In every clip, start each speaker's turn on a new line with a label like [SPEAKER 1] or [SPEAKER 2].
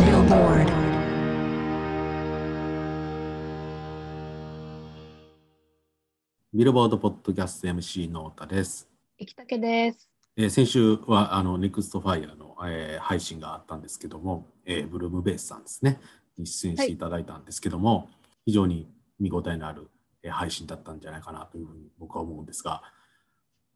[SPEAKER 1] Lord.
[SPEAKER 2] 「ビルボード・ポッドキャスト MC の太田です。
[SPEAKER 3] 行きたけです。
[SPEAKER 2] えー先週はあのネクストファイアの、えー配信があったんですけども、えーブルームベースさんですね、に出演していただいたんですけども、非常に見応えのある、えー配信だったんじゃないかなというふうに僕は思うんですが、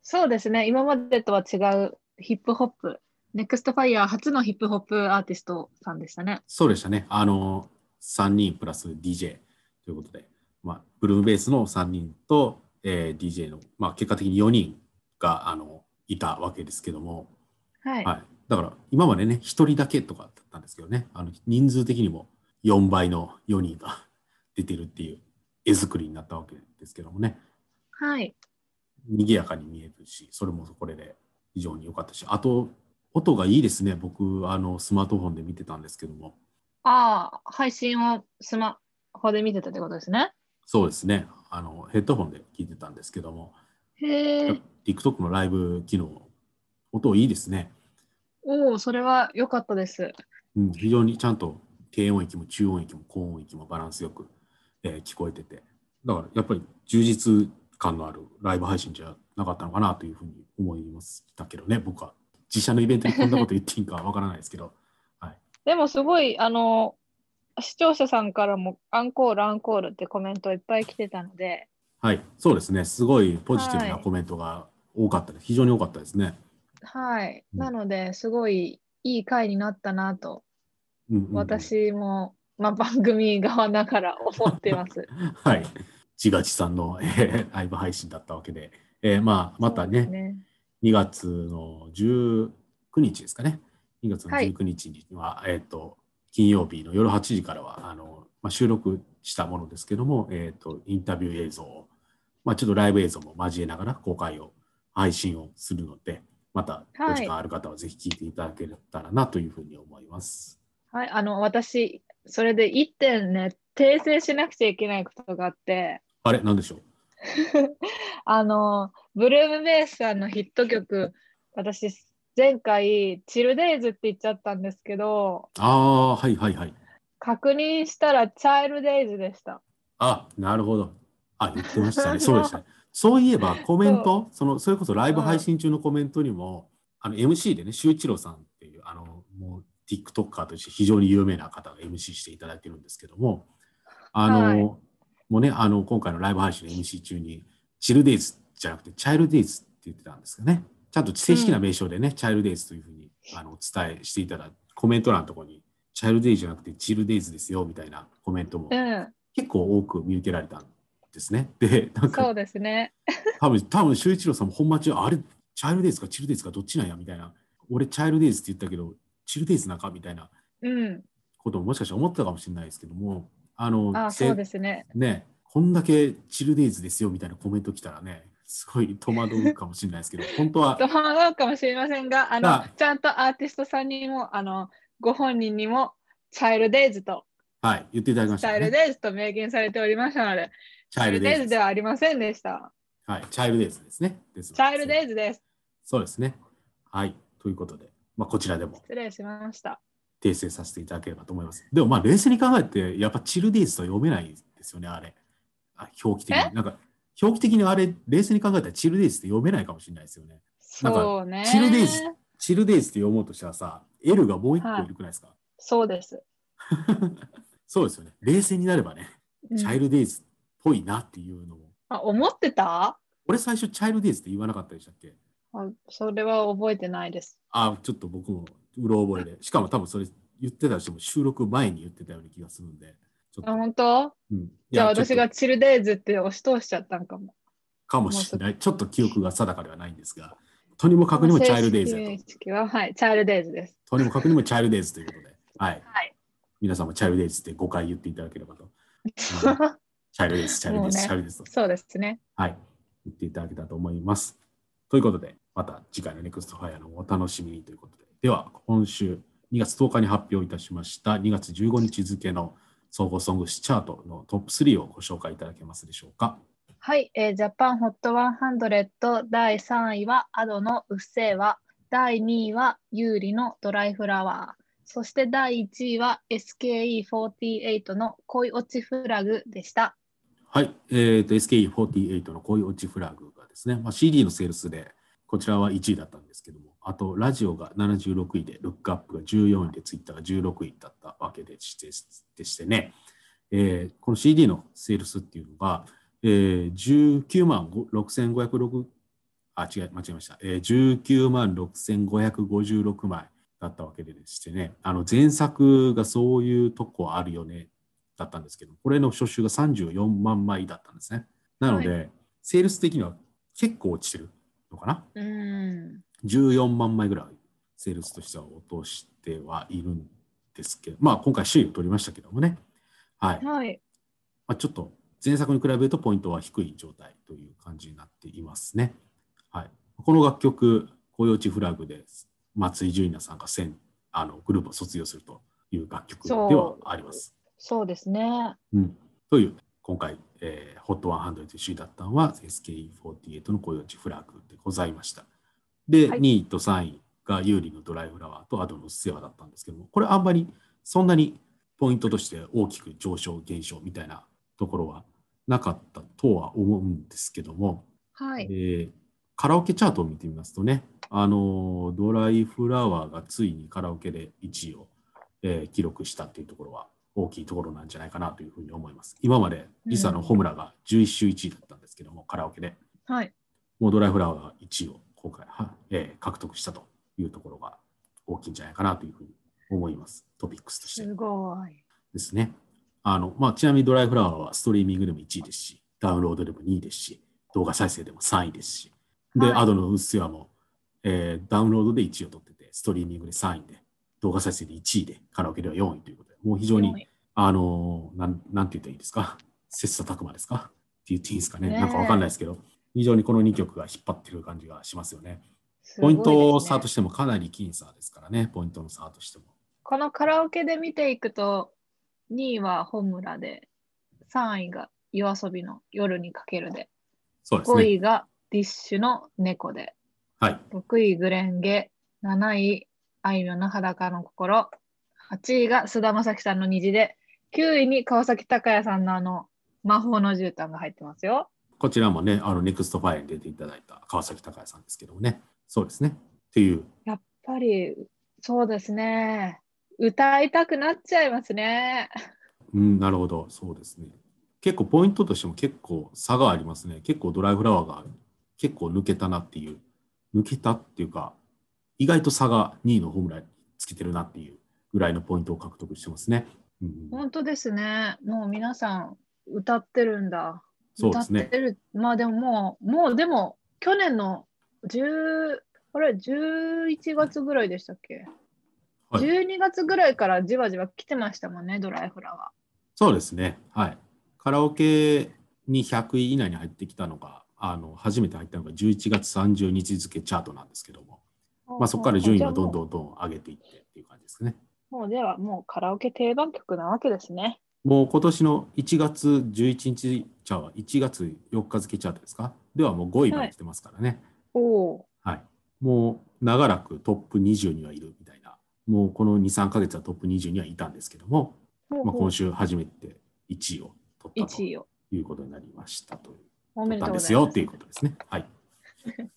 [SPEAKER 3] そうですね、今までとは違うヒップホップ、ネクストファイヤー初のヒップホップアーティストさんでしたね。
[SPEAKER 2] そうでしたね、あの3人プラス DJ ということで、まあ、ブルームベースの3人と、えー DJ の、まあ、結果的に4人があのいたわけですけども、
[SPEAKER 3] はい。
[SPEAKER 2] はい、だから今までね1人だけとかだったんですけどねあの人数的にも4倍の4人が 出てるっていう絵作りになったわけですけどもね
[SPEAKER 3] はい。
[SPEAKER 2] 賑やかに見えるしそれもこれで非常に良かったしあと音がいいですね僕あのスマートフォンで見てたんですけども
[SPEAKER 3] ああ、配信をスマホで見てたってことですね。
[SPEAKER 2] そうですねあのヘッドホンで聞いてたんですけども
[SPEAKER 3] へえ。
[SPEAKER 2] TikTok のライブ機能音いいですね、
[SPEAKER 3] おお、それは良かったです。
[SPEAKER 2] うん、非常にちゃんと低音域も中音域も高音域もバランスよく、えー聞こえててだからやっぱり充実感のあるライブ配信じゃなかったのかなというふうに思いましたけどね僕は自社のイベントにこんなこと言っていいんかわからないですけ ど
[SPEAKER 3] でもすごい、あの、視聴者さんからもアンコール、アンコールってコメントいっぱい来てたので、
[SPEAKER 2] はいそうですねすごいポジティブな
[SPEAKER 3] はい
[SPEAKER 2] コメントが多かったです、非常に多かったですね、
[SPEAKER 3] はい。
[SPEAKER 2] うん
[SPEAKER 3] なので、すごいいい回になったなと、
[SPEAKER 2] うんうんうん
[SPEAKER 3] 私も、まあ、番組側ながら思ってます。
[SPEAKER 2] はい自ガチさんの、えーライブ配信だったわけで、えーまあまた
[SPEAKER 3] そうで
[SPEAKER 2] ね
[SPEAKER 3] すね
[SPEAKER 2] 2月の19日ですかね。2月の
[SPEAKER 3] はい
[SPEAKER 2] 19日には、えっ、と、金曜日の夜8時からは、あの、まあ、収録したものですけども、えっ、と、インタビュー映像を、まあ、ちょっとライブ映像も交えながら公開を、配信をするので、また、
[SPEAKER 3] はい
[SPEAKER 2] お時間ある方はぜひ聞いていただけたらなというふうに思います。
[SPEAKER 3] はい、あの私、それで1点ね、訂正しなくちゃいけないことがあって、
[SPEAKER 2] あれ、なんでしょう
[SPEAKER 3] あの、ブルームベースさんのヒット曲、私、前回、チルデイズって言っちゃったんですけど、
[SPEAKER 2] ああー、はいはいはい。
[SPEAKER 3] 確認したら、チャイルデイズでした。
[SPEAKER 2] あ、なるほど。あ、言ってましたね。そうでしたね。そういえばコメント、そのそれこそライブ配信中のコメントにも、あの MC でね、周一郎さんっていう、あの、もう TikToker として非常に有名な方が MC していただいてるんですけども、あの、
[SPEAKER 3] はい
[SPEAKER 2] もうね、あの、今回のライブ配信の MC 中に、チルデイズじゃなくて、チャイルデイズって言ってたんですかね。ちゃんと正式な名称でね、チャイルデイズというふうにあのお伝えしていただコメント欄のところに、チャイルデイズじゃなくて、チルデイズですよ、みたいなコメントも
[SPEAKER 3] うん、
[SPEAKER 2] 結構多く見受けられたんですね。で、なん
[SPEAKER 3] そ
[SPEAKER 2] か
[SPEAKER 3] うですね。
[SPEAKER 2] 多分、多分周一郎さんも本間中、あれ、チャイルデイズかチルデイズかどっちなんやみたいな、俺、チャイルデイズって言ったけど、チルデイズなんかみたいな
[SPEAKER 3] うん、
[SPEAKER 2] ことももしかしたら思ってたかもしれないですけども、あの、
[SPEAKER 3] あ、
[SPEAKER 2] せ
[SPEAKER 3] そうですね。
[SPEAKER 2] ね、こんだけチルデイズですよみたいなコメント来たらね、すごい戸惑うかもしれないです けど、本当は
[SPEAKER 3] 戸、惑うかもしれませんが、あ
[SPEAKER 2] あ
[SPEAKER 3] の、ちゃんとアーティストさんにも、あの、ご本人にも、チャイルデイズと、
[SPEAKER 2] はい、言っていただきまし
[SPEAKER 3] チ
[SPEAKER 2] た
[SPEAKER 3] ャイ
[SPEAKER 2] ね、
[SPEAKER 3] ルデイズと明言されておりましたので、
[SPEAKER 2] チ
[SPEAKER 3] チ
[SPEAKER 2] ャ
[SPEAKER 3] ャ
[SPEAKER 2] イル
[SPEAKER 3] イル
[SPEAKER 2] デ
[SPEAKER 3] デ
[SPEAKER 2] イズ
[SPEAKER 3] イズではありませんでした。
[SPEAKER 2] はい、チャイルデイズですね。です
[SPEAKER 3] チャイルデイズです。
[SPEAKER 2] そうですね。はい、ということで、まあ、こちらでも
[SPEAKER 3] 失礼しました。
[SPEAKER 2] 訂正させていただければと思います。でもまあ冷静に考えて、やっぱチルディーズとは読めないですよね、あれ。あ表記的
[SPEAKER 3] え
[SPEAKER 2] に。なんか表記的にあれ、冷静に考えたらチルディーズって読めないかもしれないですよね。なんか
[SPEAKER 3] そうね。
[SPEAKER 2] チルデイズチルディーズって読もうとしたらさ、L がもう一個
[SPEAKER 3] はい
[SPEAKER 2] いるくないですか、
[SPEAKER 3] そうです。
[SPEAKER 2] そうですよね。冷静になればね、
[SPEAKER 3] うん
[SPEAKER 2] チャイルディーズっぽいなっていうのも。
[SPEAKER 3] あ思ってた
[SPEAKER 2] 俺最初チャイルディーズって言わなかったでしたっけ
[SPEAKER 3] あそれは覚えてないです。
[SPEAKER 2] あちょっと僕もうろ覚えで。しかも多分それ言ってたとしても収録前に言ってたような気がするんで。ちょっ
[SPEAKER 3] あ
[SPEAKER 2] と
[SPEAKER 3] 本当
[SPEAKER 2] うん、
[SPEAKER 3] じゃあ
[SPEAKER 2] いやちょっと
[SPEAKER 3] 私がチルデイズって押し通しちゃったんかも。
[SPEAKER 2] かもしれない。ちょっと記憶が定かではないんですが、とにもかくにもチャイルデイズだ
[SPEAKER 3] 正
[SPEAKER 2] と。
[SPEAKER 3] 式名称は、はい、チャイルデイズです。
[SPEAKER 2] とにもかくにもチャイルデイズということで、はい。
[SPEAKER 3] はい
[SPEAKER 2] 皆さんもチャイルデイズって5回言っていただければと。うんチャイルデイズ、チャイルデイズ、
[SPEAKER 3] もうね
[SPEAKER 2] チャイルデイズと。
[SPEAKER 3] そうですね。
[SPEAKER 2] はい。言っていただけたらと思います。ということで、また次回のネクストファイアのお楽しみにということで。では、今週2月10日に発表いたしました2月15日付の総合ソングスチャートのトップ3をご紹介いただけますでしょうか。
[SPEAKER 3] はい、えージャパンホット100第3位は Ado のうっせぇわ、第2位はユーリのドライフラワー、そして第1位は SKE48 の恋落ちフラグでした。
[SPEAKER 2] はい、えーと、SKE48 の恋落ちフラグがですね、まあ、CD のセールスで、こちらは1位だったんですけども、あと、ラジオが76位で、ルックアップが14位で、ツイッターが16位だったわけでしてでしてね、えーこの CD のセールスっていうのが、えー、19万6506、あ、違い、間違えました、えー、19万6556枚だったわけでしてね、あの前作がそういうとこあるよねだったんですけど、これの初週が34万枚だったんですね。なので、
[SPEAKER 3] は
[SPEAKER 2] セールス的には結構落ちてるのかな。
[SPEAKER 3] うん。
[SPEAKER 2] 14万枚ぐらいセールスとしては落としてはいるんですけど、まあ今回首位を取りましたけどもね。はい。
[SPEAKER 3] はい。
[SPEAKER 2] まあ、ちょっと前作に比べるとポイントは低い状態という感じになっていますね。はい、この楽曲「紅葉地フラグ」で松井純奈さんがせんあのグループを卒業するという楽曲ではあります。
[SPEAKER 3] そうですね。
[SPEAKER 2] うん、という今回、えー、HOT100 と首位だったのは SKE48 の紅葉地フラグでございました。で、
[SPEAKER 3] はい
[SPEAKER 2] 2位と3位が有利のドライフラワーとアドのうっせぇわだったんですけどもこれあんまりそんなにポイントとして大きく上昇減少みたいなところはなかったとは思うんですけども、
[SPEAKER 3] はい。
[SPEAKER 2] えーカラオケチャートを見てみますとね、あのードライフラワーがついにカラオケで1位を、えー記録したっていうところは大きいところなんじゃないかなというふうに思います。今までリサのホムラが11週1位だったんですけども、カラオケで
[SPEAKER 3] はい。
[SPEAKER 2] もうドライフラワーが1位を今回は、えー獲得したというところが大きいんじゃないかなというふうに思います、トピックスとして
[SPEAKER 3] すごい。
[SPEAKER 2] ですね。あのまあ、ちなみにドライフラワーはストリーミングでも1位ですし、ダウンロードでも2位ですし、動画再生でも3位ですし、で、
[SPEAKER 3] はい
[SPEAKER 2] アドのうっすらも、えーダウンロードで1位を取ってて、ストリーミングで3位で、動画再生で1位で、カラオケでは4位ということで、もう非常に、あのーなん、なんて言ったらいいですか、切磋琢磨ですかって言っていいんですかね、
[SPEAKER 3] ねえ
[SPEAKER 2] なんかわかんないですけど、非常にこの2曲が引っ張ってる感じがしますよね。
[SPEAKER 3] すご
[SPEAKER 2] ポ
[SPEAKER 3] い
[SPEAKER 2] イ
[SPEAKER 3] です
[SPEAKER 2] ン
[SPEAKER 3] ね
[SPEAKER 2] ト差としてもかなり僅差ですからね、ポイントの差としても。
[SPEAKER 3] このカラオケで見ていくと、2位はホムラで、3位が夜遊びの夜にかけるで、
[SPEAKER 2] そうです
[SPEAKER 3] 5
[SPEAKER 2] ね。
[SPEAKER 3] 位がディッシュの猫で、
[SPEAKER 2] はい。
[SPEAKER 3] 6位グレンゲ、7位あいみょんの裸の心、8位が菅田将暉さんの虹で、9位に川崎隆也さんのあの魔法の絨毯が入ってますよ。
[SPEAKER 2] こちらもね、あの、ネクストファイルに出ていただいた川崎隆也さんですけどもね、そうですね。っていう、
[SPEAKER 3] やっぱりそうですね。歌いたくなっちゃいますね。
[SPEAKER 2] うん、なるほど、そうですね。結構ポイントとしても結構差がありますね。結構ドライフラワーが結構抜けたなっていう、抜けたっていうか、意外と差が2位のホームランにつけてるなっていうぐらいのポイントを獲得してますね。うん、
[SPEAKER 3] 本当ですね。もう皆さん歌ってるんだ。
[SPEAKER 2] そうです
[SPEAKER 3] 歌っ
[SPEAKER 2] ね。
[SPEAKER 3] てる。まあでももう、もうでも去年の10、あれ、11月ぐらいでしたっけ、
[SPEAKER 2] はい
[SPEAKER 3] ?12 月ぐらいからじわじわ来てましたもんね、ドライフラワ
[SPEAKER 2] そうですね。はい。カラオケに100位以内に入ってきたのが、あの、初めて入ったのが11月30日付チャートなんですけども、
[SPEAKER 3] ー。
[SPEAKER 2] まあ、そこから順位をどん
[SPEAKER 3] ん。
[SPEAKER 2] どんどん上げていってっていう感じですね。
[SPEAKER 3] もうでは、もうカラオケ定番曲なわけですね。
[SPEAKER 2] もう今年の1月11日チャート、1月4日付チャートですかではもう5位まで来てますからね。
[SPEAKER 3] おお
[SPEAKER 2] はい。もう長らくトップ20にはいるみたいな、もうこの2、3ヶ月はトップ20にはいたんですけども、
[SPEAKER 3] ー。ほう
[SPEAKER 2] まあ、
[SPEAKER 3] ほう
[SPEAKER 2] 今週初めて1位を取ったと
[SPEAKER 3] 1位を。
[SPEAKER 2] いうことになりましたという。
[SPEAKER 3] おめ
[SPEAKER 2] 取っ
[SPEAKER 3] で
[SPEAKER 2] たん
[SPEAKER 3] とう
[SPEAKER 2] で
[SPEAKER 3] ご
[SPEAKER 2] す
[SPEAKER 3] ざい
[SPEAKER 2] よ
[SPEAKER 3] ま
[SPEAKER 2] って
[SPEAKER 3] す
[SPEAKER 2] いう。ことですね。 はい。取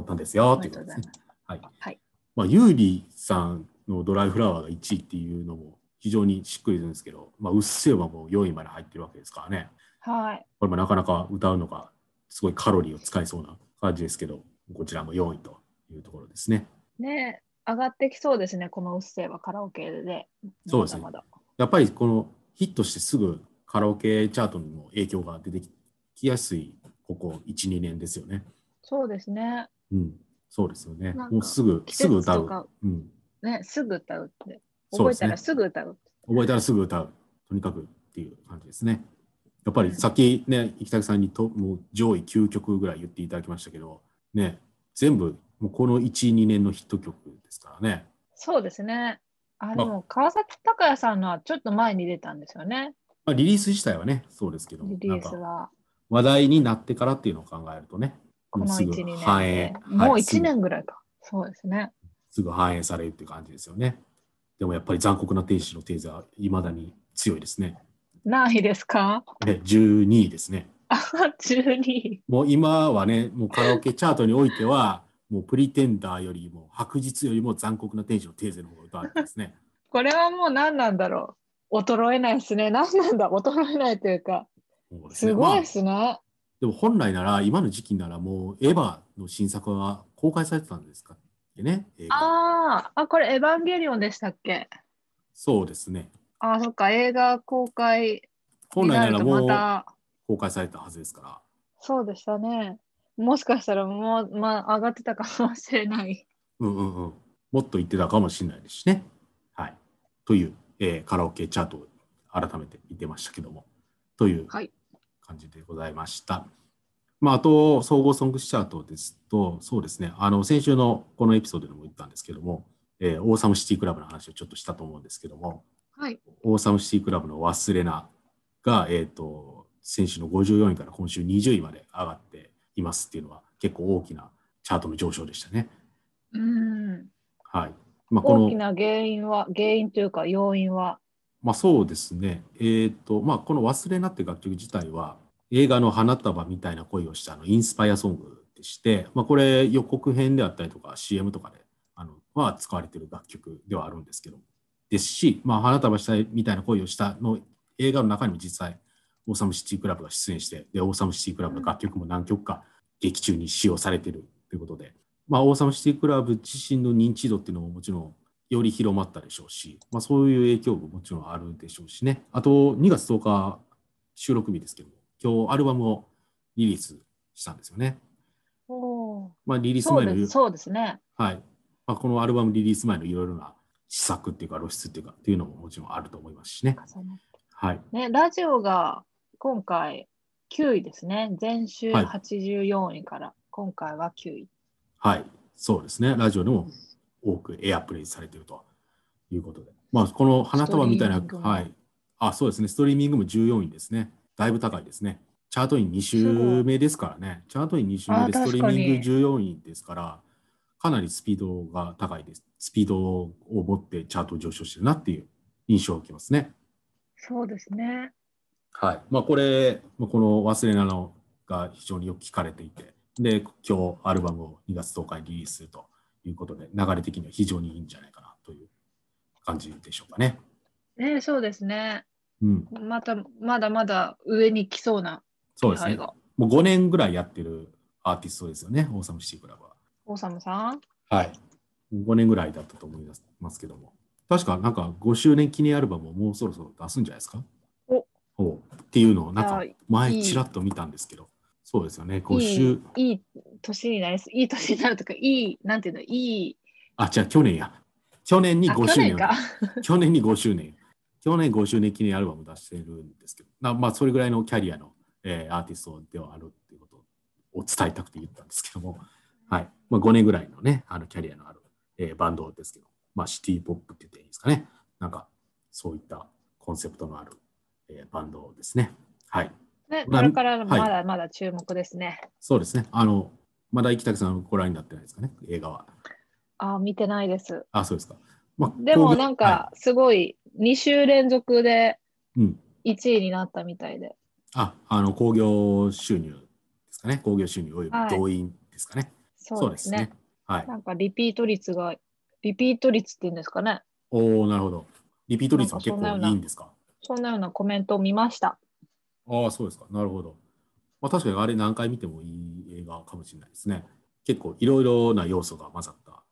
[SPEAKER 2] ったんですよ
[SPEAKER 3] お
[SPEAKER 2] って
[SPEAKER 3] め
[SPEAKER 2] いうことと
[SPEAKER 3] でう
[SPEAKER 2] です
[SPEAKER 3] ござい
[SPEAKER 2] ね
[SPEAKER 3] ま。
[SPEAKER 2] は
[SPEAKER 3] す。
[SPEAKER 2] い。
[SPEAKER 3] はい。
[SPEAKER 2] まあ、ユーリさんのドライフラワーが1位っていうのも非常にしっくりするんですけど、まあ、うっせぇわもう4位まで入ってるわけですからね。
[SPEAKER 3] はい。
[SPEAKER 2] これもなかなか歌うのがすごいカロリーを使いそうな感じですけど、こちらも4位というところですね。
[SPEAKER 3] ね上がってきそうですね、このうっせぇはカラオケで。
[SPEAKER 2] そうですね
[SPEAKER 3] まだまだ
[SPEAKER 2] やっぱりこのヒットしてすぐカラオケチャートにも影響が出てきやすいここ1、2年ですよね。
[SPEAKER 3] そうですね。
[SPEAKER 2] うん、そうですよね
[SPEAKER 3] なん。か
[SPEAKER 2] もうすぐ、
[SPEAKER 3] 季
[SPEAKER 2] すぐ
[SPEAKER 3] 節
[SPEAKER 2] 歌
[SPEAKER 3] と
[SPEAKER 2] う。
[SPEAKER 3] か、
[SPEAKER 2] うん、
[SPEAKER 3] ね、すぐ歌うって。
[SPEAKER 2] そう
[SPEAKER 3] 覚
[SPEAKER 2] で
[SPEAKER 3] え
[SPEAKER 2] す
[SPEAKER 3] た
[SPEAKER 2] ね
[SPEAKER 3] ら。すぐ歌う。
[SPEAKER 2] 覚えたらすぐ歌う、とにかくっていう感じですね。やっぱりさっきね、生田さんにともう上位9曲ぐらい言っていただきましたけど、ね、全部、もうこの1、2年のヒット曲ですからね。
[SPEAKER 3] そうですね。あ、
[SPEAKER 2] あ
[SPEAKER 3] でも川崎隆也さんのはちょっと前に出たんですよね、
[SPEAKER 2] まあ、リリース自体はね、そうですけど、
[SPEAKER 3] リ
[SPEAKER 2] な
[SPEAKER 3] リ
[SPEAKER 2] ん
[SPEAKER 3] ース
[SPEAKER 2] か
[SPEAKER 3] は。
[SPEAKER 2] 話題になってからっていうのを考えるとね、
[SPEAKER 3] この
[SPEAKER 2] す
[SPEAKER 3] 1、
[SPEAKER 2] ぐ
[SPEAKER 3] 2年で。
[SPEAKER 2] 反映、
[SPEAKER 3] もう
[SPEAKER 2] はい
[SPEAKER 3] 1年ぐらいか。そうですね。
[SPEAKER 2] すぐ、すぐ反映されるっていう感じですよね。でもやっぱり残酷な天使のテーザー、いまだに強いですね。
[SPEAKER 3] 何位ですか
[SPEAKER 2] ね、12位ですね。
[SPEAKER 3] あ、12位。
[SPEAKER 2] もう今はね、もうカラオケチャートにおいては、もうプリテンダーよりも白日よりも残酷な天使のテーゼの方が歌われてますね。
[SPEAKER 3] これはもう何なんだろう。衰えないですね。何なんだ衰えないというか。
[SPEAKER 2] そうですね
[SPEAKER 3] すごい
[SPEAKER 2] まあ
[SPEAKER 3] ですね。
[SPEAKER 2] でも本来なら今の時期ならもうエヴァの新作は公開されてたんですかってね。映画
[SPEAKER 3] あーあ、これエヴァンゲリオンでしたっけ
[SPEAKER 2] そうですね。
[SPEAKER 3] あーそっか、映画公開
[SPEAKER 2] 本
[SPEAKER 3] に
[SPEAKER 2] 来
[SPEAKER 3] な
[SPEAKER 2] な
[SPEAKER 3] る
[SPEAKER 2] ら
[SPEAKER 3] と
[SPEAKER 2] も
[SPEAKER 3] ま
[SPEAKER 2] う
[SPEAKER 3] た、
[SPEAKER 2] 公開されたはずですから。
[SPEAKER 3] そうでしたね。もしかしたらもう、まあ、上がってたかもしれない。
[SPEAKER 2] うんうんうん。もっと言ってたかもしれないですしね。はい。という、えーカラオケチャートを改めて見てましたけども。という
[SPEAKER 3] はい
[SPEAKER 2] 感じでございました。まあ、あと、総合ソングスチャートですと、そうですね、あの先週のこのエピソードでも言ったんですけども、えーオーサムシティクラブの話をちょっとしたと思うんですけども、
[SPEAKER 3] はい。
[SPEAKER 2] オーサムシティクラブの忘れなが、えー、と先週の54位から今週20位まで上がっていますっていうのは、結構大きなチャートの上昇でしたね。
[SPEAKER 3] うん。
[SPEAKER 2] はい。まあ、こ
[SPEAKER 3] 大き
[SPEAKER 2] の、
[SPEAKER 3] な原因は、原因というか要因は。
[SPEAKER 2] まあ、そうですね。えっ、と、まあ、この忘れなって楽曲自体は、映画の花束みたいな恋をしたあのインスパイアソングでして、まあ、これ予告編であったりとか CM とかであのは使われている楽曲ではあるんですけどですし、まあ、花束したいみたいな恋をしたの映画の中にも実際オーサムシティクラブが出演してでオーサムシティクラブの楽曲も何曲か劇中に使用されているということで、まあ、オーサムシティクラブ自身の認知度っていうのももちろんより広まったでしょうし、まあ、そういう影響ももちろんあるでしょうしねあと2月10日収録日ですけども今日アルバムをリリースしたんですよね、
[SPEAKER 3] おー
[SPEAKER 2] まあ、リリース
[SPEAKER 3] そ
[SPEAKER 2] 前
[SPEAKER 3] う
[SPEAKER 2] の
[SPEAKER 3] ですそうですね。
[SPEAKER 2] はいまあ、このアルバムリリース前のいろいろな試作っていうか露出っていうかっていうのももちろんあると思いますしね。はい、
[SPEAKER 3] ね、ラジオが今回9位ですね。前週
[SPEAKER 2] はい
[SPEAKER 3] 84位から、今回は9位。
[SPEAKER 2] はい、そうですね。ラジオでも多くエアプレイされているということで、まあ、この花束みたいな
[SPEAKER 3] ストリーミング、も
[SPEAKER 2] はい、あ、そうですね。ストリーミングも14位ですね。だいぶ高いですね。チャートイン2週目ですからね。チャートイン2週目で
[SPEAKER 3] あー
[SPEAKER 2] ストリ
[SPEAKER 3] 確
[SPEAKER 2] ー
[SPEAKER 3] かに
[SPEAKER 2] ミング14位ですから、かなりスピードが高いです。スピードを持ってチャート上昇してるなっていう印象を受けますね。
[SPEAKER 3] そうですね。
[SPEAKER 2] はいまあ、これ、まあこの忘れなのが非常によく聞かれていて、で今日アルバムを2月10日にリリースするということで、流れ的には非常にいいんじゃないかなという感じでしょうかね。
[SPEAKER 3] ね、そうですね。
[SPEAKER 2] うん、
[SPEAKER 3] また、まだまだ上に来そうな
[SPEAKER 2] そう
[SPEAKER 3] 気
[SPEAKER 2] ですね。
[SPEAKER 3] 配
[SPEAKER 2] も
[SPEAKER 3] が。
[SPEAKER 2] う5年ぐらいやってるアーティストですよね、オーサムシティクラブは。
[SPEAKER 3] オーサムさん
[SPEAKER 2] はい。5年ぐらいだったと思いますけども、確かなんか5周年記念アルバムをもうそろそろ出すんじゃないですか
[SPEAKER 3] お
[SPEAKER 2] おっていうのを、なん
[SPEAKER 3] あ
[SPEAKER 2] か
[SPEAKER 3] ーい
[SPEAKER 2] 前
[SPEAKER 3] い
[SPEAKER 2] ちらっと見たんですけど、そうですよね、
[SPEAKER 3] い
[SPEAKER 2] 5周。
[SPEAKER 3] い、いい年になりす。いい年になるとか、いい、なんていうの、いい。
[SPEAKER 2] あ、じゃあ去年や。去年に
[SPEAKER 3] あ、
[SPEAKER 2] 5
[SPEAKER 3] 去
[SPEAKER 2] 周年
[SPEAKER 3] 年
[SPEAKER 2] を。
[SPEAKER 3] か。
[SPEAKER 2] 去年に5周年。去年5周年記念アルバム出してるんですけど、なまあ、それぐらいのキャリアの、えーアーティストではあるっていうことを伝えたくて言ったんですけども、はいまあ、5年ぐらいのね、あのキャリアのある、えーバンドですけど、まあ、シティ・ポップって言っていいんですかね。なんか、そういったコンセプトのある、えーバンドですね。はい。
[SPEAKER 3] ね、
[SPEAKER 2] ま
[SPEAKER 3] こ
[SPEAKER 2] あ
[SPEAKER 3] れからま
[SPEAKER 2] はい
[SPEAKER 3] だまだ注目ですね。
[SPEAKER 2] そうですね。あの、まだ生田さんご覧になってないですかね、映画は。
[SPEAKER 3] あ、見てないです。
[SPEAKER 2] あ、そうですか。まあ
[SPEAKER 3] でも
[SPEAKER 2] こう
[SPEAKER 3] なん
[SPEAKER 2] は
[SPEAKER 3] か、すごい、2週連続で
[SPEAKER 2] いうん。
[SPEAKER 3] 1位になったみたいで。
[SPEAKER 2] あ、あの興行収入ですかね。興行収入および
[SPEAKER 3] はい
[SPEAKER 2] 動員ですかね。
[SPEAKER 3] そうですね。。
[SPEAKER 2] はい。
[SPEAKER 3] なんかリピート率が、リピート率っていうんですかね。
[SPEAKER 2] おお、なるほど。リピート率は結構いいんですか。
[SPEAKER 3] そんなようなコメントを見ました。
[SPEAKER 2] ああー、そうですか。なるほど。まあ、確かにあれ何回見てもいい映画かもしれないですね。結構いろいろな要素が混ざった、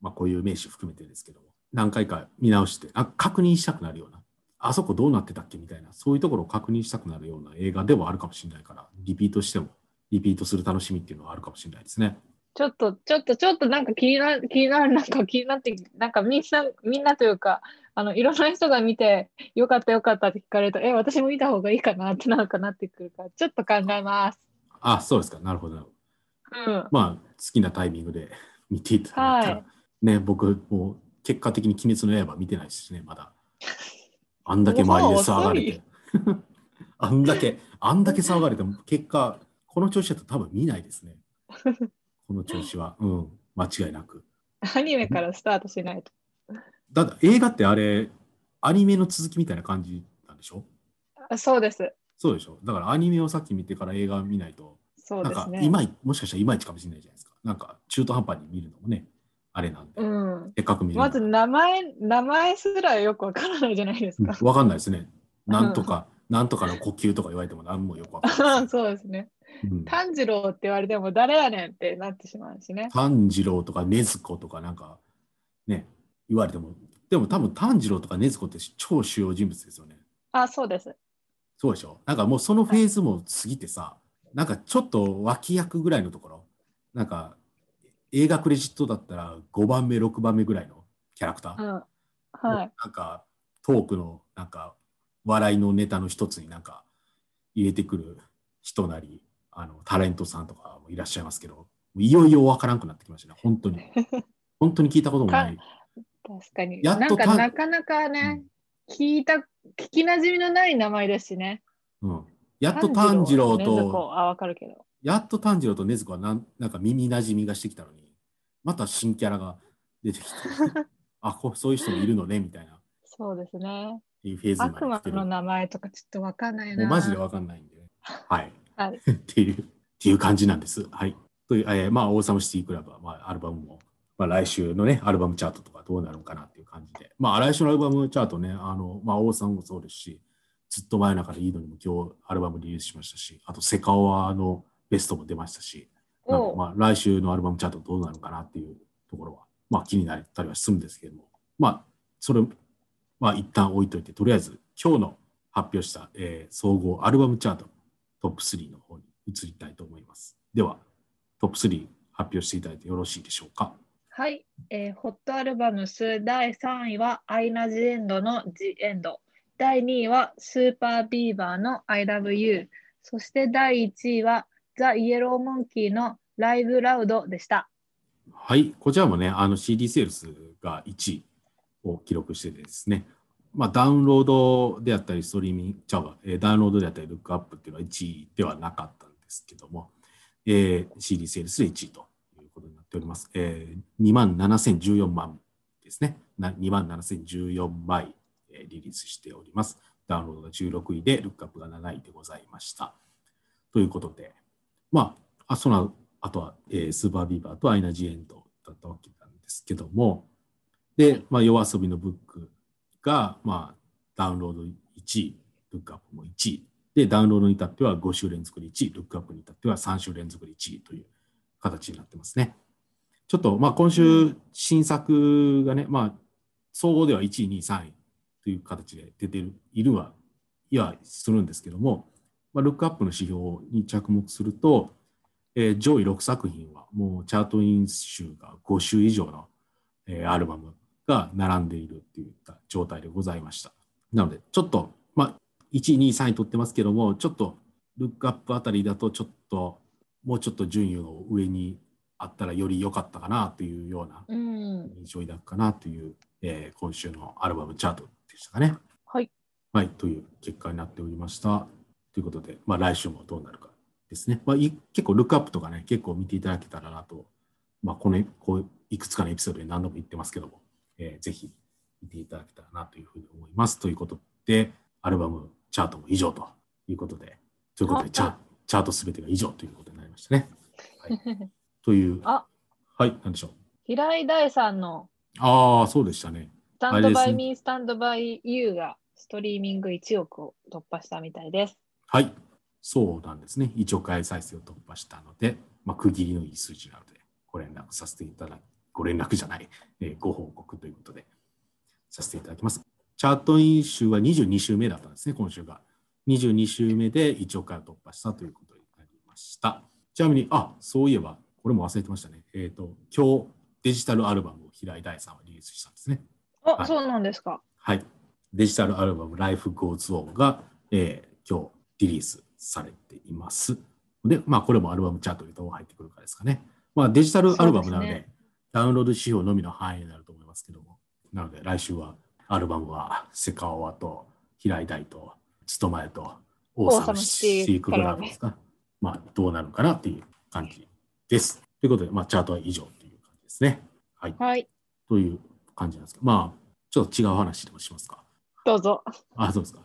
[SPEAKER 2] まあ、こういう名詞含めてですけども、何回か見直して、なんか確認したくなるような、あそこどうなってたっけみたいな、そういうところを確認したくなるような映画ではあるかもしれないから、リピートしても、リピートする楽しみっていうのはあるかもしれないですね。
[SPEAKER 3] ちょっと、ちょっと、ちょっとなんか気になる、気になる、なんか気になって、なんかみんな、みんなというか、あの、いろんな人が見て、よかったよかったって聞かれると、え、私も見た方がいいかなってなんかなってくるから、ちょっと考えます。
[SPEAKER 2] あ、そうですか。なるほどなるほど。
[SPEAKER 3] うん。
[SPEAKER 2] まあ、好きなタイミングで 見ていただいたら、
[SPEAKER 3] はい
[SPEAKER 2] ね、僕、もう結果的に鬼滅の刃見てないですしね、まだ。あんだけ周りで騒がれて、 あんだけ、あんだけ騒がれても、結果、この調子だと多分見ないですね。この調子は、うん、間違いなく。
[SPEAKER 3] アニメからスタートしないと。
[SPEAKER 2] だって映画ってあれ、アニメの続きみたいな感じなんでしょ
[SPEAKER 3] あそうです。
[SPEAKER 2] そうでしょだからアニメをさっき見てから映画を見ないと、
[SPEAKER 3] そう
[SPEAKER 2] なん
[SPEAKER 3] です
[SPEAKER 2] か
[SPEAKER 3] ね。
[SPEAKER 2] いまい、もしかしたらいまいちかもしれないじゃないですか。なんか中途半端に見るのもね、あれなんで、
[SPEAKER 3] うん。
[SPEAKER 2] せっかく見るの
[SPEAKER 3] ま
[SPEAKER 2] に
[SPEAKER 3] ず名前、名前すらよくわからないじゃないです
[SPEAKER 2] うん
[SPEAKER 3] か。
[SPEAKER 2] わかんないですね。なんとか、なんとかの呼吸とか言われても何もよくわかんないです。
[SPEAKER 3] そうですね。
[SPEAKER 2] うん
[SPEAKER 3] 炭治郎って言われても誰やねんってなってしまうしね。
[SPEAKER 2] 炭治郎とか禰豆子とかなんかね、言われても、でも多分炭治郎とか禰豆子って超主要人物ですよね。
[SPEAKER 3] あ、そうです。
[SPEAKER 2] そうでしょなんかもうそのフェーズも過ぎてさ、なんかちょっと脇役ぐらいのところ、なんか映画クレジットだったら5番目、6番目ぐらいのキャラクター
[SPEAKER 3] う。ん。はい。
[SPEAKER 2] なんかトークのなんか笑いのネタの一つになんか入れてくる人なりあのタレントさんとかもいらっしゃいますけどいよいよわからんくなってきましたね本当 に本当に聞いたこともない、
[SPEAKER 3] 確かに。
[SPEAKER 2] やっ
[SPEAKER 3] なん
[SPEAKER 2] と
[SPEAKER 3] か
[SPEAKER 2] 炭
[SPEAKER 3] なかなかね、聞いた、聞き馴染みのない名前ですしね。
[SPEAKER 2] うんうんやっと炭治郎
[SPEAKER 3] 禰豆
[SPEAKER 2] と
[SPEAKER 3] 子あ、わかるけど。
[SPEAKER 2] やっと炭治郎と禰豆子はなんなんか耳なじみがしてきたのにまた新キャラが出てき てあこうそういう人もいるのねみたいなっ
[SPEAKER 3] そうですね。
[SPEAKER 2] ていうフェーズに
[SPEAKER 3] 悪
[SPEAKER 2] なっ
[SPEAKER 3] 魔
[SPEAKER 2] てきてる
[SPEAKER 3] の名前とかちょっとわかんない
[SPEAKER 2] も
[SPEAKER 3] な。
[SPEAKER 2] うマジでわかんないんでね。はい。
[SPEAKER 3] はい
[SPEAKER 2] っていう、っていう感じなんです。はい。という、えーまあ、オーサムシティクラブは、まあ、アルバムも、まあ、来週のね、アルバムチャートとかどうなるのかなっていう感じで、まあ、来週のアルバムチャートね、あの、まあ、オーサムもそうですし、ずっと前の中でいいのにも今日アルバムリリースしましたし、あと、セカオワのベストも出ましたし、なの
[SPEAKER 3] お
[SPEAKER 2] で
[SPEAKER 3] う
[SPEAKER 2] まあ、来週のアルバムチャートどうなるのかなっていうところは、まあ、気になったりはするんですけれども、まあ、それは一旦置いといて、とりあえず今日の発表した、えー総合アルバムチャートトップ3の方に移りたいと思います。では、トップ3発表していただいてよろしいでしょうか。
[SPEAKER 3] はい、えーホットアルバムス第3位は「アイナ・ジ・エンド」の「ジ・エンド」第2位は「スーパービーバー」の「I love you」そして第1位は「ザ・イエロー・モンキー」の「ライブ・ラウド」でした
[SPEAKER 2] はい、こちらもね、あの CD セールスが1位を記録しててですね、まあ、ダウンロードであったり、ストリーミング、ちゃうわえーダウンロードであったり、ルックアップっていうのは1位ではなかったんですけども、えー CD セールスで1位ということになっております。えー、2万7014万ですね、2万7014枚、えーリリースしております。ダウンロードが16位で、ルックアップが7位でございました。ということで、まあ、あそのあとは、えースーパービーバーとアイナ・ジ・エンドだったわけなんですけども、で、まあ、夜遊びのブックが、まあ、ダウンロード1位、ルックアップも1位。で、ダウンロードに至っては5週連続で1位、ルックアップに至っては3週連続で1位という形になってますね。ちょっと、まあ、今週、新作がね、まあ、総合では1位、2位、3位という形で出てるいるは、いや、するんですけども、まあ、ルックアップの指標に着目すると、えー上位6作品はもうチャートイン集が5週以上の、えーアルバムが並んでいるといった状態でございました。なのでちょっと、まあ、1位2位3位取ってますけどもちょっとルックアップあたりだとちょっともうちょっと順位を上にあったらより良かったかなというような
[SPEAKER 3] うん
[SPEAKER 2] 印象を抱くかなという、えー今週のアルバムチャートでしたかね。
[SPEAKER 3] はい
[SPEAKER 2] はい、という結果になっておりました。ということで、まあ、来週もどうなるかですね。まあ、い結構、ルックアップとかね、結構見ていただけたらなと、まあ、このこういくつかのエピソードで何度も言ってますけども、えーぜひ見ていただけたらなというふうに思います。ということで、アルバムチャートも以上ということで、ということで、
[SPEAKER 3] あ
[SPEAKER 2] チャチャートすべてが以上ということになりましたね。はい、 という、
[SPEAKER 3] あ
[SPEAKER 2] はい、なんでしょう。
[SPEAKER 3] 平井大さんの
[SPEAKER 2] ああ、そうでしたね。
[SPEAKER 3] 「スタンド・
[SPEAKER 2] あれ
[SPEAKER 3] バイ・
[SPEAKER 2] ですね
[SPEAKER 3] ミー・スタンド・バイ・ユー」がストリーミング1億を突破したみたいです
[SPEAKER 2] はい、そうなんですね。一応回再生を突破したので、まあ、区切りのいい数字なので、ご連絡させていただき、ご連絡じゃない、えーご報告ということで、させていただきます。チャートイン週は22週目だったんですね、今週が。22週目で1億回を突破したということになりました。ちなみに、あそういえば、これも忘れてましたね。えっ、と、今日、デジタルアルバムを平井大さんはリリースしたんですね。
[SPEAKER 3] あ、
[SPEAKER 2] はい
[SPEAKER 3] そうなんですか
[SPEAKER 2] はい、デジタルアルバム「Life Goes On が」えー今日リリースされています。で、まあ、これもアルバムチャートにどう入ってくるかですかね。まあ、デジタルアルバムなので
[SPEAKER 3] そうです
[SPEAKER 2] ダウンロード指標のみの範囲になると思いますけども、なので来週はアルバムはセカオワと平井大と勤前とオーサムシティクラブですか。まあ、どうなるのかなっていう感じです。ということで、まあ、チャートは以上という感じですね。はい。
[SPEAKER 3] はい
[SPEAKER 2] という感じなんですけど、まあ、ちょっと違う話でもしますか。
[SPEAKER 3] どうぞ。
[SPEAKER 2] あ、そうですか。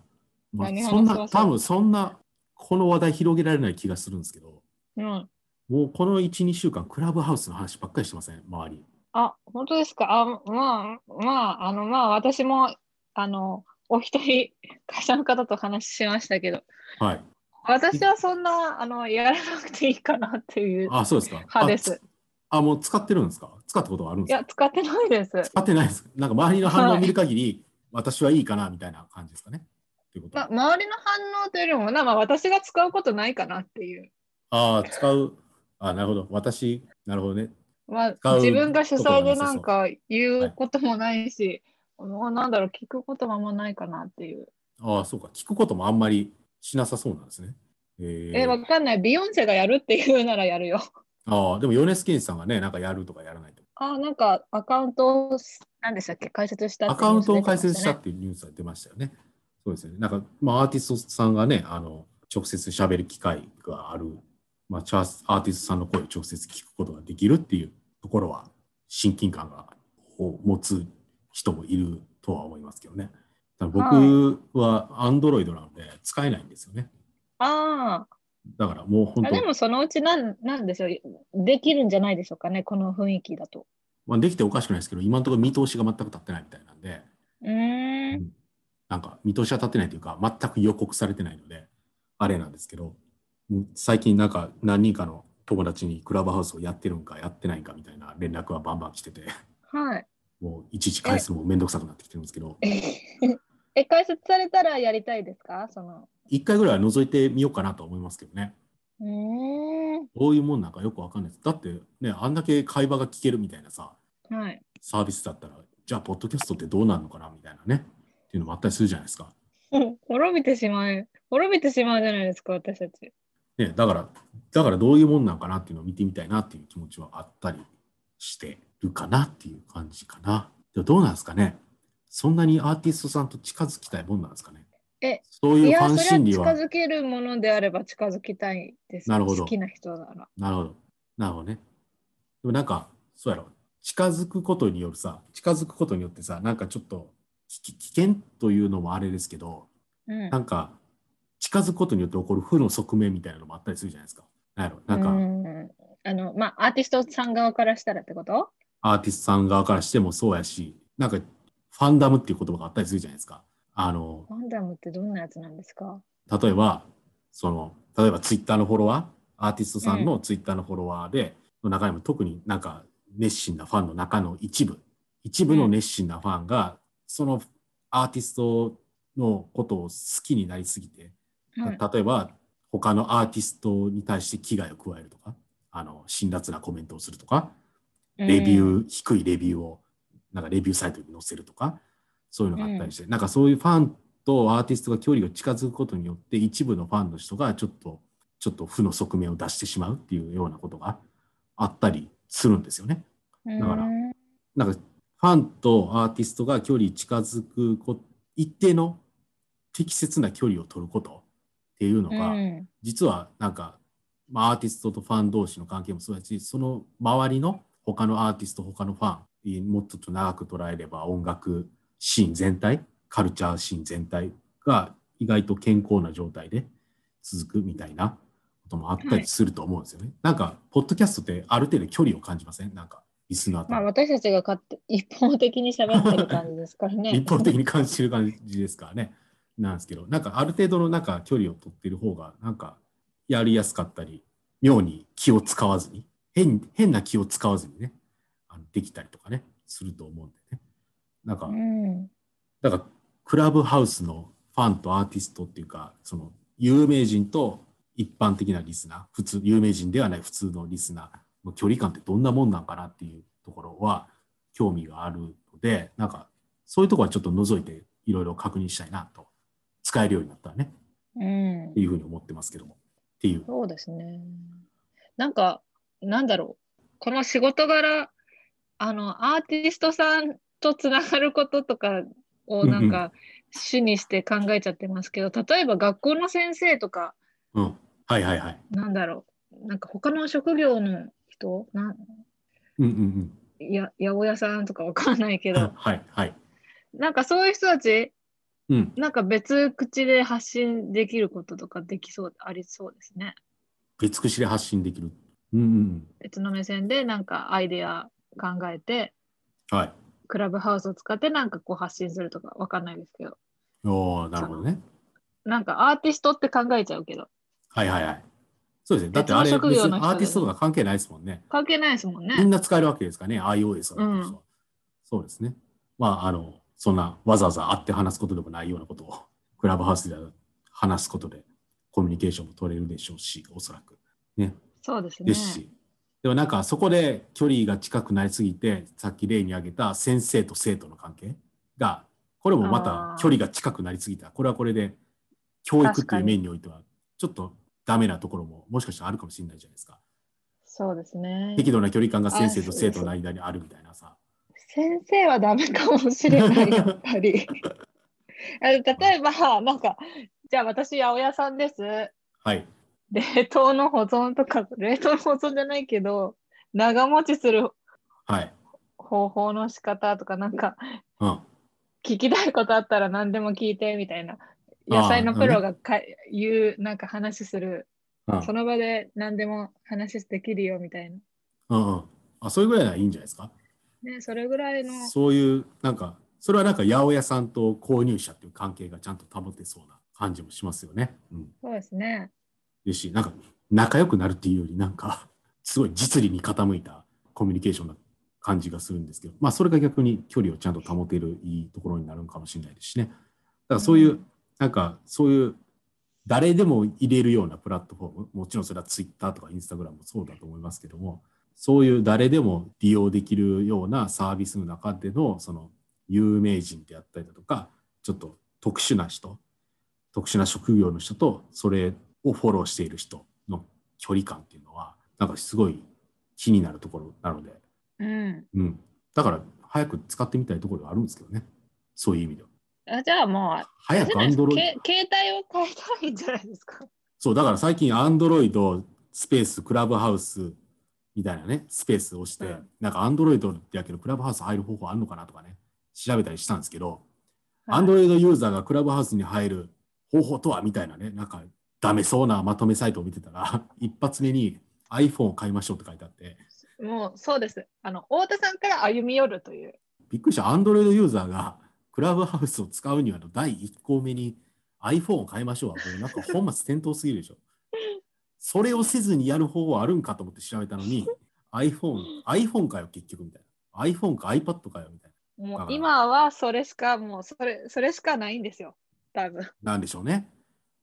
[SPEAKER 2] まあ
[SPEAKER 3] 何、話
[SPEAKER 2] そん
[SPEAKER 3] しま
[SPEAKER 2] な、
[SPEAKER 3] しょう
[SPEAKER 2] 多分そんな、この話題広げられない気がするんですけど、
[SPEAKER 3] うん。
[SPEAKER 2] もうこの1、2週間、クラブハウスの話ばっかりしてません、周り。
[SPEAKER 3] あ、本当ですか。あ、まあ、まあ、あの、まあ、私も、あの、お一人、会社の方と話しましたけど、
[SPEAKER 2] はい。
[SPEAKER 3] 私はそんな、あの、やらなくていいかなっていう
[SPEAKER 2] あ、そうですか。
[SPEAKER 3] 派です。
[SPEAKER 2] あ、もう使ってるんですか使ったことはあるん
[SPEAKER 3] い
[SPEAKER 2] です
[SPEAKER 3] や、
[SPEAKER 2] か
[SPEAKER 3] 使ってないです。
[SPEAKER 2] 使ってないです。なんか周りの反応を見る限り、私はいいかなみたいな感じですかね。っていうこと。
[SPEAKER 3] まあ、
[SPEAKER 2] あ
[SPEAKER 3] 周りの反応というよりも、まあまあ、私が使うことないかなっていう。
[SPEAKER 2] あー、使う。あなるほど。私、なるほどね。
[SPEAKER 3] まあ、
[SPEAKER 2] 使う
[SPEAKER 3] 自分が主催でなんか言うこともないし、もうなんだろう、聞くこともあんまないかなっていう。
[SPEAKER 2] ああ、そうか。聞くこともあんまりしなさそうなんですね。えー
[SPEAKER 3] え、わかんない。ビヨンセがやるって言うならやるよ。
[SPEAKER 2] ああ、でも、米津玄師さんがね、なんかやるとかやらないとか。
[SPEAKER 3] あ、なんかアカウントを、何でしたっけ、解説したって
[SPEAKER 2] アカウントを
[SPEAKER 3] ニュー
[SPEAKER 2] 開
[SPEAKER 3] ス出てま
[SPEAKER 2] 設した
[SPEAKER 3] ね
[SPEAKER 2] っていうニュースが出ましたよね。そうですよね。なんか、まあ、アーティストさんがね、あの、直接喋る機会がある、まあ、チャースアーティストさんの声を直接聞くことができるっていうところは、親近感がを持つ人もいるとは思いますけどね。ただ僕は Android なので使えないんですよね。
[SPEAKER 3] あ
[SPEAKER 2] だからもう
[SPEAKER 3] ー
[SPEAKER 2] 本
[SPEAKER 3] あ、で
[SPEAKER 2] 当、
[SPEAKER 3] もそのうちなん、なんでしょう、できるんじゃないでしょうかね、この雰囲気だと。
[SPEAKER 2] まあ、できておかしくないですけど、今のところ見通しが全く立ってないみたいなんで、
[SPEAKER 3] うーん。
[SPEAKER 2] なんか見通しが立ってないというか、全く予告されてないので、あれなんですけど、うん最近なんか何人かの友達にクラブハウスをやってるんかやってないんかみたいな連絡はバンバン来てて、
[SPEAKER 3] はい。
[SPEAKER 2] もういちいち返すのもめんどくさくなってきてるんですけど、
[SPEAKER 3] え、解説されたらやりたいですかその。
[SPEAKER 2] 一回ぐらいは覗いてみようかなと思いますけどね。
[SPEAKER 3] うーん。
[SPEAKER 2] どういうもんなんかよくわかんないです。だってね、あんだけ会話が聞けるみたいなさ、
[SPEAKER 3] はい。
[SPEAKER 2] サービスだったら、じゃあ、ポッドキャストってどうなるのかなみたいなね、っていうのもあったりするじゃないですか。
[SPEAKER 3] 滅びてしまう。滅びてしまうじゃないですか、私たち。
[SPEAKER 2] ね、だから、だからどういうもんなんかなっていうのを見てみたいなっていう気持ちはあったりしてるかなっていう感じかな。でもどうなんですかねそんなにアーティストさんと近づきたいもんなんですかね
[SPEAKER 3] え
[SPEAKER 2] そうい
[SPEAKER 3] い
[SPEAKER 2] うフ
[SPEAKER 3] や、
[SPEAKER 2] ァン
[SPEAKER 3] そ
[SPEAKER 2] 心
[SPEAKER 3] れ
[SPEAKER 2] 理
[SPEAKER 3] は
[SPEAKER 2] は。
[SPEAKER 3] 近づけるものであれば近づきたいです。
[SPEAKER 2] なるほど
[SPEAKER 3] 好きな人なら。
[SPEAKER 2] なるほど。なるほどね。でもなんか、そうやろ。近づくことによるさ、近づくことによってさ、なんかちょっと危危険というのもあれですけど、
[SPEAKER 3] うん
[SPEAKER 2] なんか近づくことによって起こる負の側面みたいなのもあったりするじゃないですか。なんやろ。なんか、
[SPEAKER 3] うんあの、まあ、アーティストさん側からしたらってこと
[SPEAKER 2] アーティストさん側からしてもそうやし、なんかファンダムっていう言葉があったりするじゃないですか。あの、
[SPEAKER 3] ファンダムってどんなやつなんですか
[SPEAKER 2] 例えば、その、例えばツイッターのフォロワー、アーティストさんのツイッターのフォロワーで、の中にも特になんか熱心なファンの中の一部、一部の熱心なファンが、そのアーティストのことを好きになりすぎて、
[SPEAKER 3] はい
[SPEAKER 2] 例えば他のアーティストに対して危害を加えるとか、あの、辛辣なコメントをするとか、レビ
[SPEAKER 3] うん
[SPEAKER 2] ュー、低いレビューを、なんかレビューサイトに載せるとか、そういうのがあったりして、なんかそういうファンとアーティストが距離が近づくことによって、一部のファンの人がちょっと、ちょっと負の側面を出してしまうっていうようなことがあったりするんですよね。だから
[SPEAKER 3] うん
[SPEAKER 2] なんかファンとアーティストが距離近づくこ、一定の適切な距離を取ることっていうのが、
[SPEAKER 3] うん
[SPEAKER 2] 実はなんか、まあ、アーティストとファン同士の関係もそうだしその周りの他のアーティスト他のファンもっと長く捉えれば音楽シーン全体カルチャーシーン全体が意外と健康な状態で続くみたいなこともあったりすると思うんですよね。なんかポッドキャストってある程度距離を感じませんなんかリスナーと
[SPEAKER 3] まあ、
[SPEAKER 2] の
[SPEAKER 3] 私たちが勝手一方的に喋ってる感じですから ね。
[SPEAKER 2] 一方的に感じてる感じですからね。なんですけど、なんかある程度のなんか距離を取ってる方が、なんかやりやすかったり、妙に気を使わずに、変変な気を使わずにね、あのできたりとかね、すると思うんでね。なんか
[SPEAKER 3] う、ん
[SPEAKER 2] だからクラブハウスのファンとアーティストっていうか、その有名人と一般的なリスナー、普通、有名人ではない普通のリスナーの距離感ってどんなもんなんかなっていうところは興味があるので、なんかそういうところはちょっと覗いていろいろ確認したいなと、使えるようになったらね、
[SPEAKER 3] うん
[SPEAKER 2] っていうふうに思ってますけども、っていう。
[SPEAKER 3] そうですね。なんか、なんだろう。この仕事柄、あの、アーティストさんとつながることとかをなん
[SPEAKER 2] う
[SPEAKER 3] か主にして考えちゃってますけど、例えば学校の先生とか、
[SPEAKER 2] うん。はいはいはい。
[SPEAKER 3] なんだろう。なんか他の職業の人、なん
[SPEAKER 2] うんうん
[SPEAKER 3] や八百屋さんとかわかんないけ
[SPEAKER 2] うん。
[SPEAKER 3] ど、
[SPEAKER 2] はいはい。
[SPEAKER 3] なんかそういう人たち、
[SPEAKER 2] うん、
[SPEAKER 3] なんか別口で発信できることとかできそう、ありそうですね。
[SPEAKER 2] 別口で発信できる。うんうん
[SPEAKER 3] 別の目線でなんかアイデア考えて、
[SPEAKER 2] うん。はい。
[SPEAKER 3] クラブハウスを使ってなんかこう発信するとかわかんないですけど、
[SPEAKER 2] おーなるほどね。
[SPEAKER 3] なんかアーティストって考えちゃうけど、
[SPEAKER 2] はいはいはい。そうですね。だってあれ、
[SPEAKER 3] 別
[SPEAKER 2] 別
[SPEAKER 3] の職業の人
[SPEAKER 2] にアーティストとか関係ないですもんね。
[SPEAKER 3] 関係ないですもん
[SPEAKER 2] み
[SPEAKER 3] ね
[SPEAKER 2] ん。な使えるわけですからね、iOS は、
[SPEAKER 3] うん
[SPEAKER 2] そうですね。まあ、あの、そんなわざわざ会って話すことでもないようなことを、クラブハウスで話すことで、コミュニケーションも取れるでしょうし、おそらく。
[SPEAKER 3] そうですね
[SPEAKER 2] で。すし、でもなんかそこで距離が近くなりすぎて、さっき例に挙げた先生と生徒の関係が、これもま
[SPEAKER 3] あ
[SPEAKER 2] た
[SPEAKER 3] ー
[SPEAKER 2] 距離が近くなりすぎた。これはこれで、教育って
[SPEAKER 3] 確か
[SPEAKER 2] いう
[SPEAKER 3] に
[SPEAKER 2] 面においては、ちょっとダメなところも、もしかしたらあるかもしれないじゃないですか。
[SPEAKER 3] そうですね。
[SPEAKER 2] 適度な距離感が先生と生徒の間にあるみたいなさ。
[SPEAKER 3] 先生はダメかもしれない、やっぱ り。あの例えば、なんか、じゃあ私、八百屋さんです。
[SPEAKER 2] はい。
[SPEAKER 3] 冷凍の保存とか、冷凍の保存じゃないけど、長持ちする
[SPEAKER 2] はい。
[SPEAKER 3] 方法の仕方とか、なんか、
[SPEAKER 2] うん。
[SPEAKER 3] 聞きたいことあったら何でも聞いてみたいな、野菜のプロがか言う、なんか話する、
[SPEAKER 2] うん
[SPEAKER 3] その場で何でも話できるよみたいな。
[SPEAKER 2] うんうん。あ、それぐらいならいいんじゃないですか。
[SPEAKER 3] ね、それぐらいの、
[SPEAKER 2] そういう、なんか、それはなんか八百屋さんと購入者っていう関係がちゃんと保てそうな感じもしますよね。うん。
[SPEAKER 3] そうですね。
[SPEAKER 2] ですし、なんか、仲良くなるっていうより、なんか、すごい実利に傾いたコミュニケーションな感じがするんですけど、まあ、それが逆に距離をちゃんと保てるいいところになるのかもしれないですしね。だからそういう、なんかそういう誰でも入れるようなプラットフォームもちろんそれは Twitter とか Instagram もそうだと思いますけどもそういう誰でも利用できるようなサービスの中でのその有名人であったりだとかちょっと特殊な人特殊な職業の人とそれをフォローしている人の距離感っていうのはなんかすごい気になるところなので、
[SPEAKER 3] うん。
[SPEAKER 2] うん、だから早く使ってみたいところがあるんですけどねそういう意味では。
[SPEAKER 3] あじゃあもう、
[SPEAKER 2] 早く Android
[SPEAKER 3] け携帯を変えたらいいんじゃないですか。
[SPEAKER 2] そう、だから最近、アンドロイド、スペース、クラブハウスみたいなね、スペースをして、
[SPEAKER 3] うん
[SPEAKER 2] なんかアンドロイドやけど、クラブハウス入る方法あるのかなとかね、調べたりしたんですけど、アンドロイドユーザーがクラブハウスに入る方法とはみたいなね、なんか、ダメそうなまとめサイトを見てたら、 一発目に iPhone を買いましょうって書いてあって、
[SPEAKER 3] もうそうです。あの太田さんから歩み寄るという。
[SPEAKER 2] びっくりした、アンドロイドユーザーがクラブハウスを使うにはの第1項目に iPhone を買いましょうは、これなんか 本末転倒すぎるでしょ。それをせずにやる方法あるんかと思って調べたのに、iPhone、iPhone かよ、結局みたいな。iPhone か iPad かよ、みたいだ
[SPEAKER 3] も
[SPEAKER 2] か
[SPEAKER 3] う
[SPEAKER 2] ら
[SPEAKER 3] 今はそれしかもうそれそれしかないんですよ。多分。
[SPEAKER 2] な。なんでしょうね。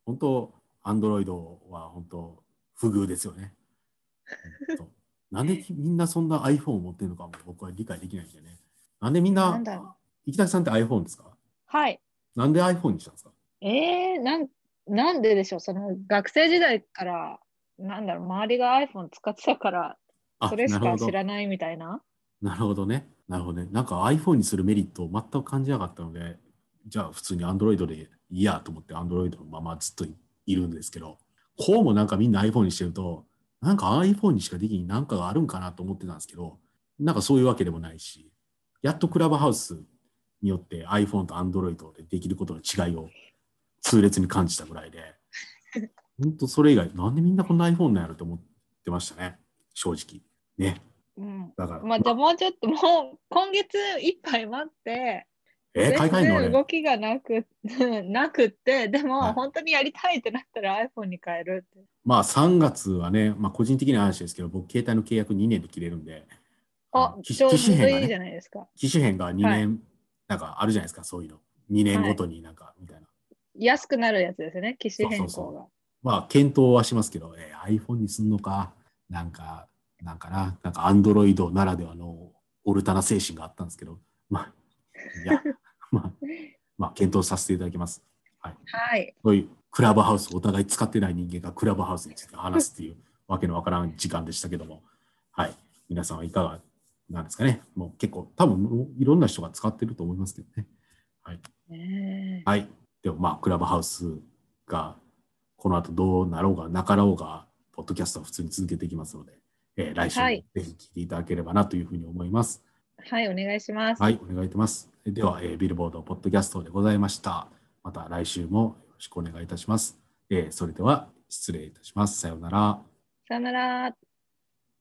[SPEAKER 2] 本当、Android は本当、不遇ですよね。本当なんでみんなそんな iPhone を持ってるのかも僕は理解できないんでね。なんでみん
[SPEAKER 3] な
[SPEAKER 2] なん
[SPEAKER 3] だろ、
[SPEAKER 2] 池崎さんって iPhone ですか
[SPEAKER 3] はい。
[SPEAKER 2] なんで iPhone にしたんですか
[SPEAKER 3] えー、なんなんででしょう。その学生時代からなんだろう周りが iPhone 使ってたから
[SPEAKER 2] あ
[SPEAKER 3] それし
[SPEAKER 2] なる
[SPEAKER 3] か
[SPEAKER 2] ほど
[SPEAKER 3] 知らないみたいな。
[SPEAKER 2] なるほどね。なるほどね。なんか iPhone にするメリットを全く感じなかったので、じゃあ普通に Android でいいやと思って Android のままずっといいるんですけど、こうもなんかみんな iPhone にしてると、なんか iPhone にしかできんなんかがあるんかなと思ってたんですけど、なんかそういうわけでもないし、やっとクラブハウスによって iPhone と Android でできることの違いを痛烈に感じたぐらいで、 本当それ以外、なんでみんなこんな iPhone なんやろと思ってましたね、正直。ね。
[SPEAKER 3] うん。
[SPEAKER 2] だから。
[SPEAKER 3] まあじゃあもうちょっともう今月いっぱい待って。
[SPEAKER 2] えー、買い替えんの
[SPEAKER 3] 全然
[SPEAKER 2] 俺
[SPEAKER 3] 動きがなく なくってでも、
[SPEAKER 2] はい
[SPEAKER 3] 本当にやりたいってなったら iPhone に変えるって
[SPEAKER 2] まあ3月はね、まあ、個人的な話ですけど、僕、携帯の契約2年で切れるんで、
[SPEAKER 3] あ
[SPEAKER 2] あ、の機
[SPEAKER 3] ちょうどい
[SPEAKER 2] 機種変がね
[SPEAKER 3] いじゃないですか。
[SPEAKER 2] 機種変が2
[SPEAKER 3] はい
[SPEAKER 2] 年、なんかあるじゃないですか、そういうの。2年ごとになんか、みたいな。
[SPEAKER 3] 安くなるやつですよね、機種変更が。
[SPEAKER 2] まあ、検討はしますけど、えー iPhone にすんのか、なんか、なんかな、なんか Android ならではのオルタナ精神があったんですけど、まあ、いや、まあ、まあ、検討させていただきます。
[SPEAKER 3] はい。
[SPEAKER 2] そういうクラブハウスをお互い使ってない人間がクラブハウスについて話すっていうわけのわからん時間でしたけども、はい、皆さんはいかがなんですかね。もう結構、多分もういろんな人が使ってると思いますけどね。
[SPEAKER 3] ねえ
[SPEAKER 2] はい、でもまあ、クラブハウスがこの後どうなろうがなかろうが、ポッドキャストは普通に続けていきますので、えー来週も
[SPEAKER 3] は
[SPEAKER 2] ぜひ
[SPEAKER 3] い
[SPEAKER 2] 聞いていただければなというふうに思います。
[SPEAKER 3] はい、お願いします。
[SPEAKER 2] はい、お願いします。では、えービルボードポッドキャストでございました。また来週もよろしくお願いいたします。えーそれでは失礼いたします。さようなら。
[SPEAKER 3] さよなら。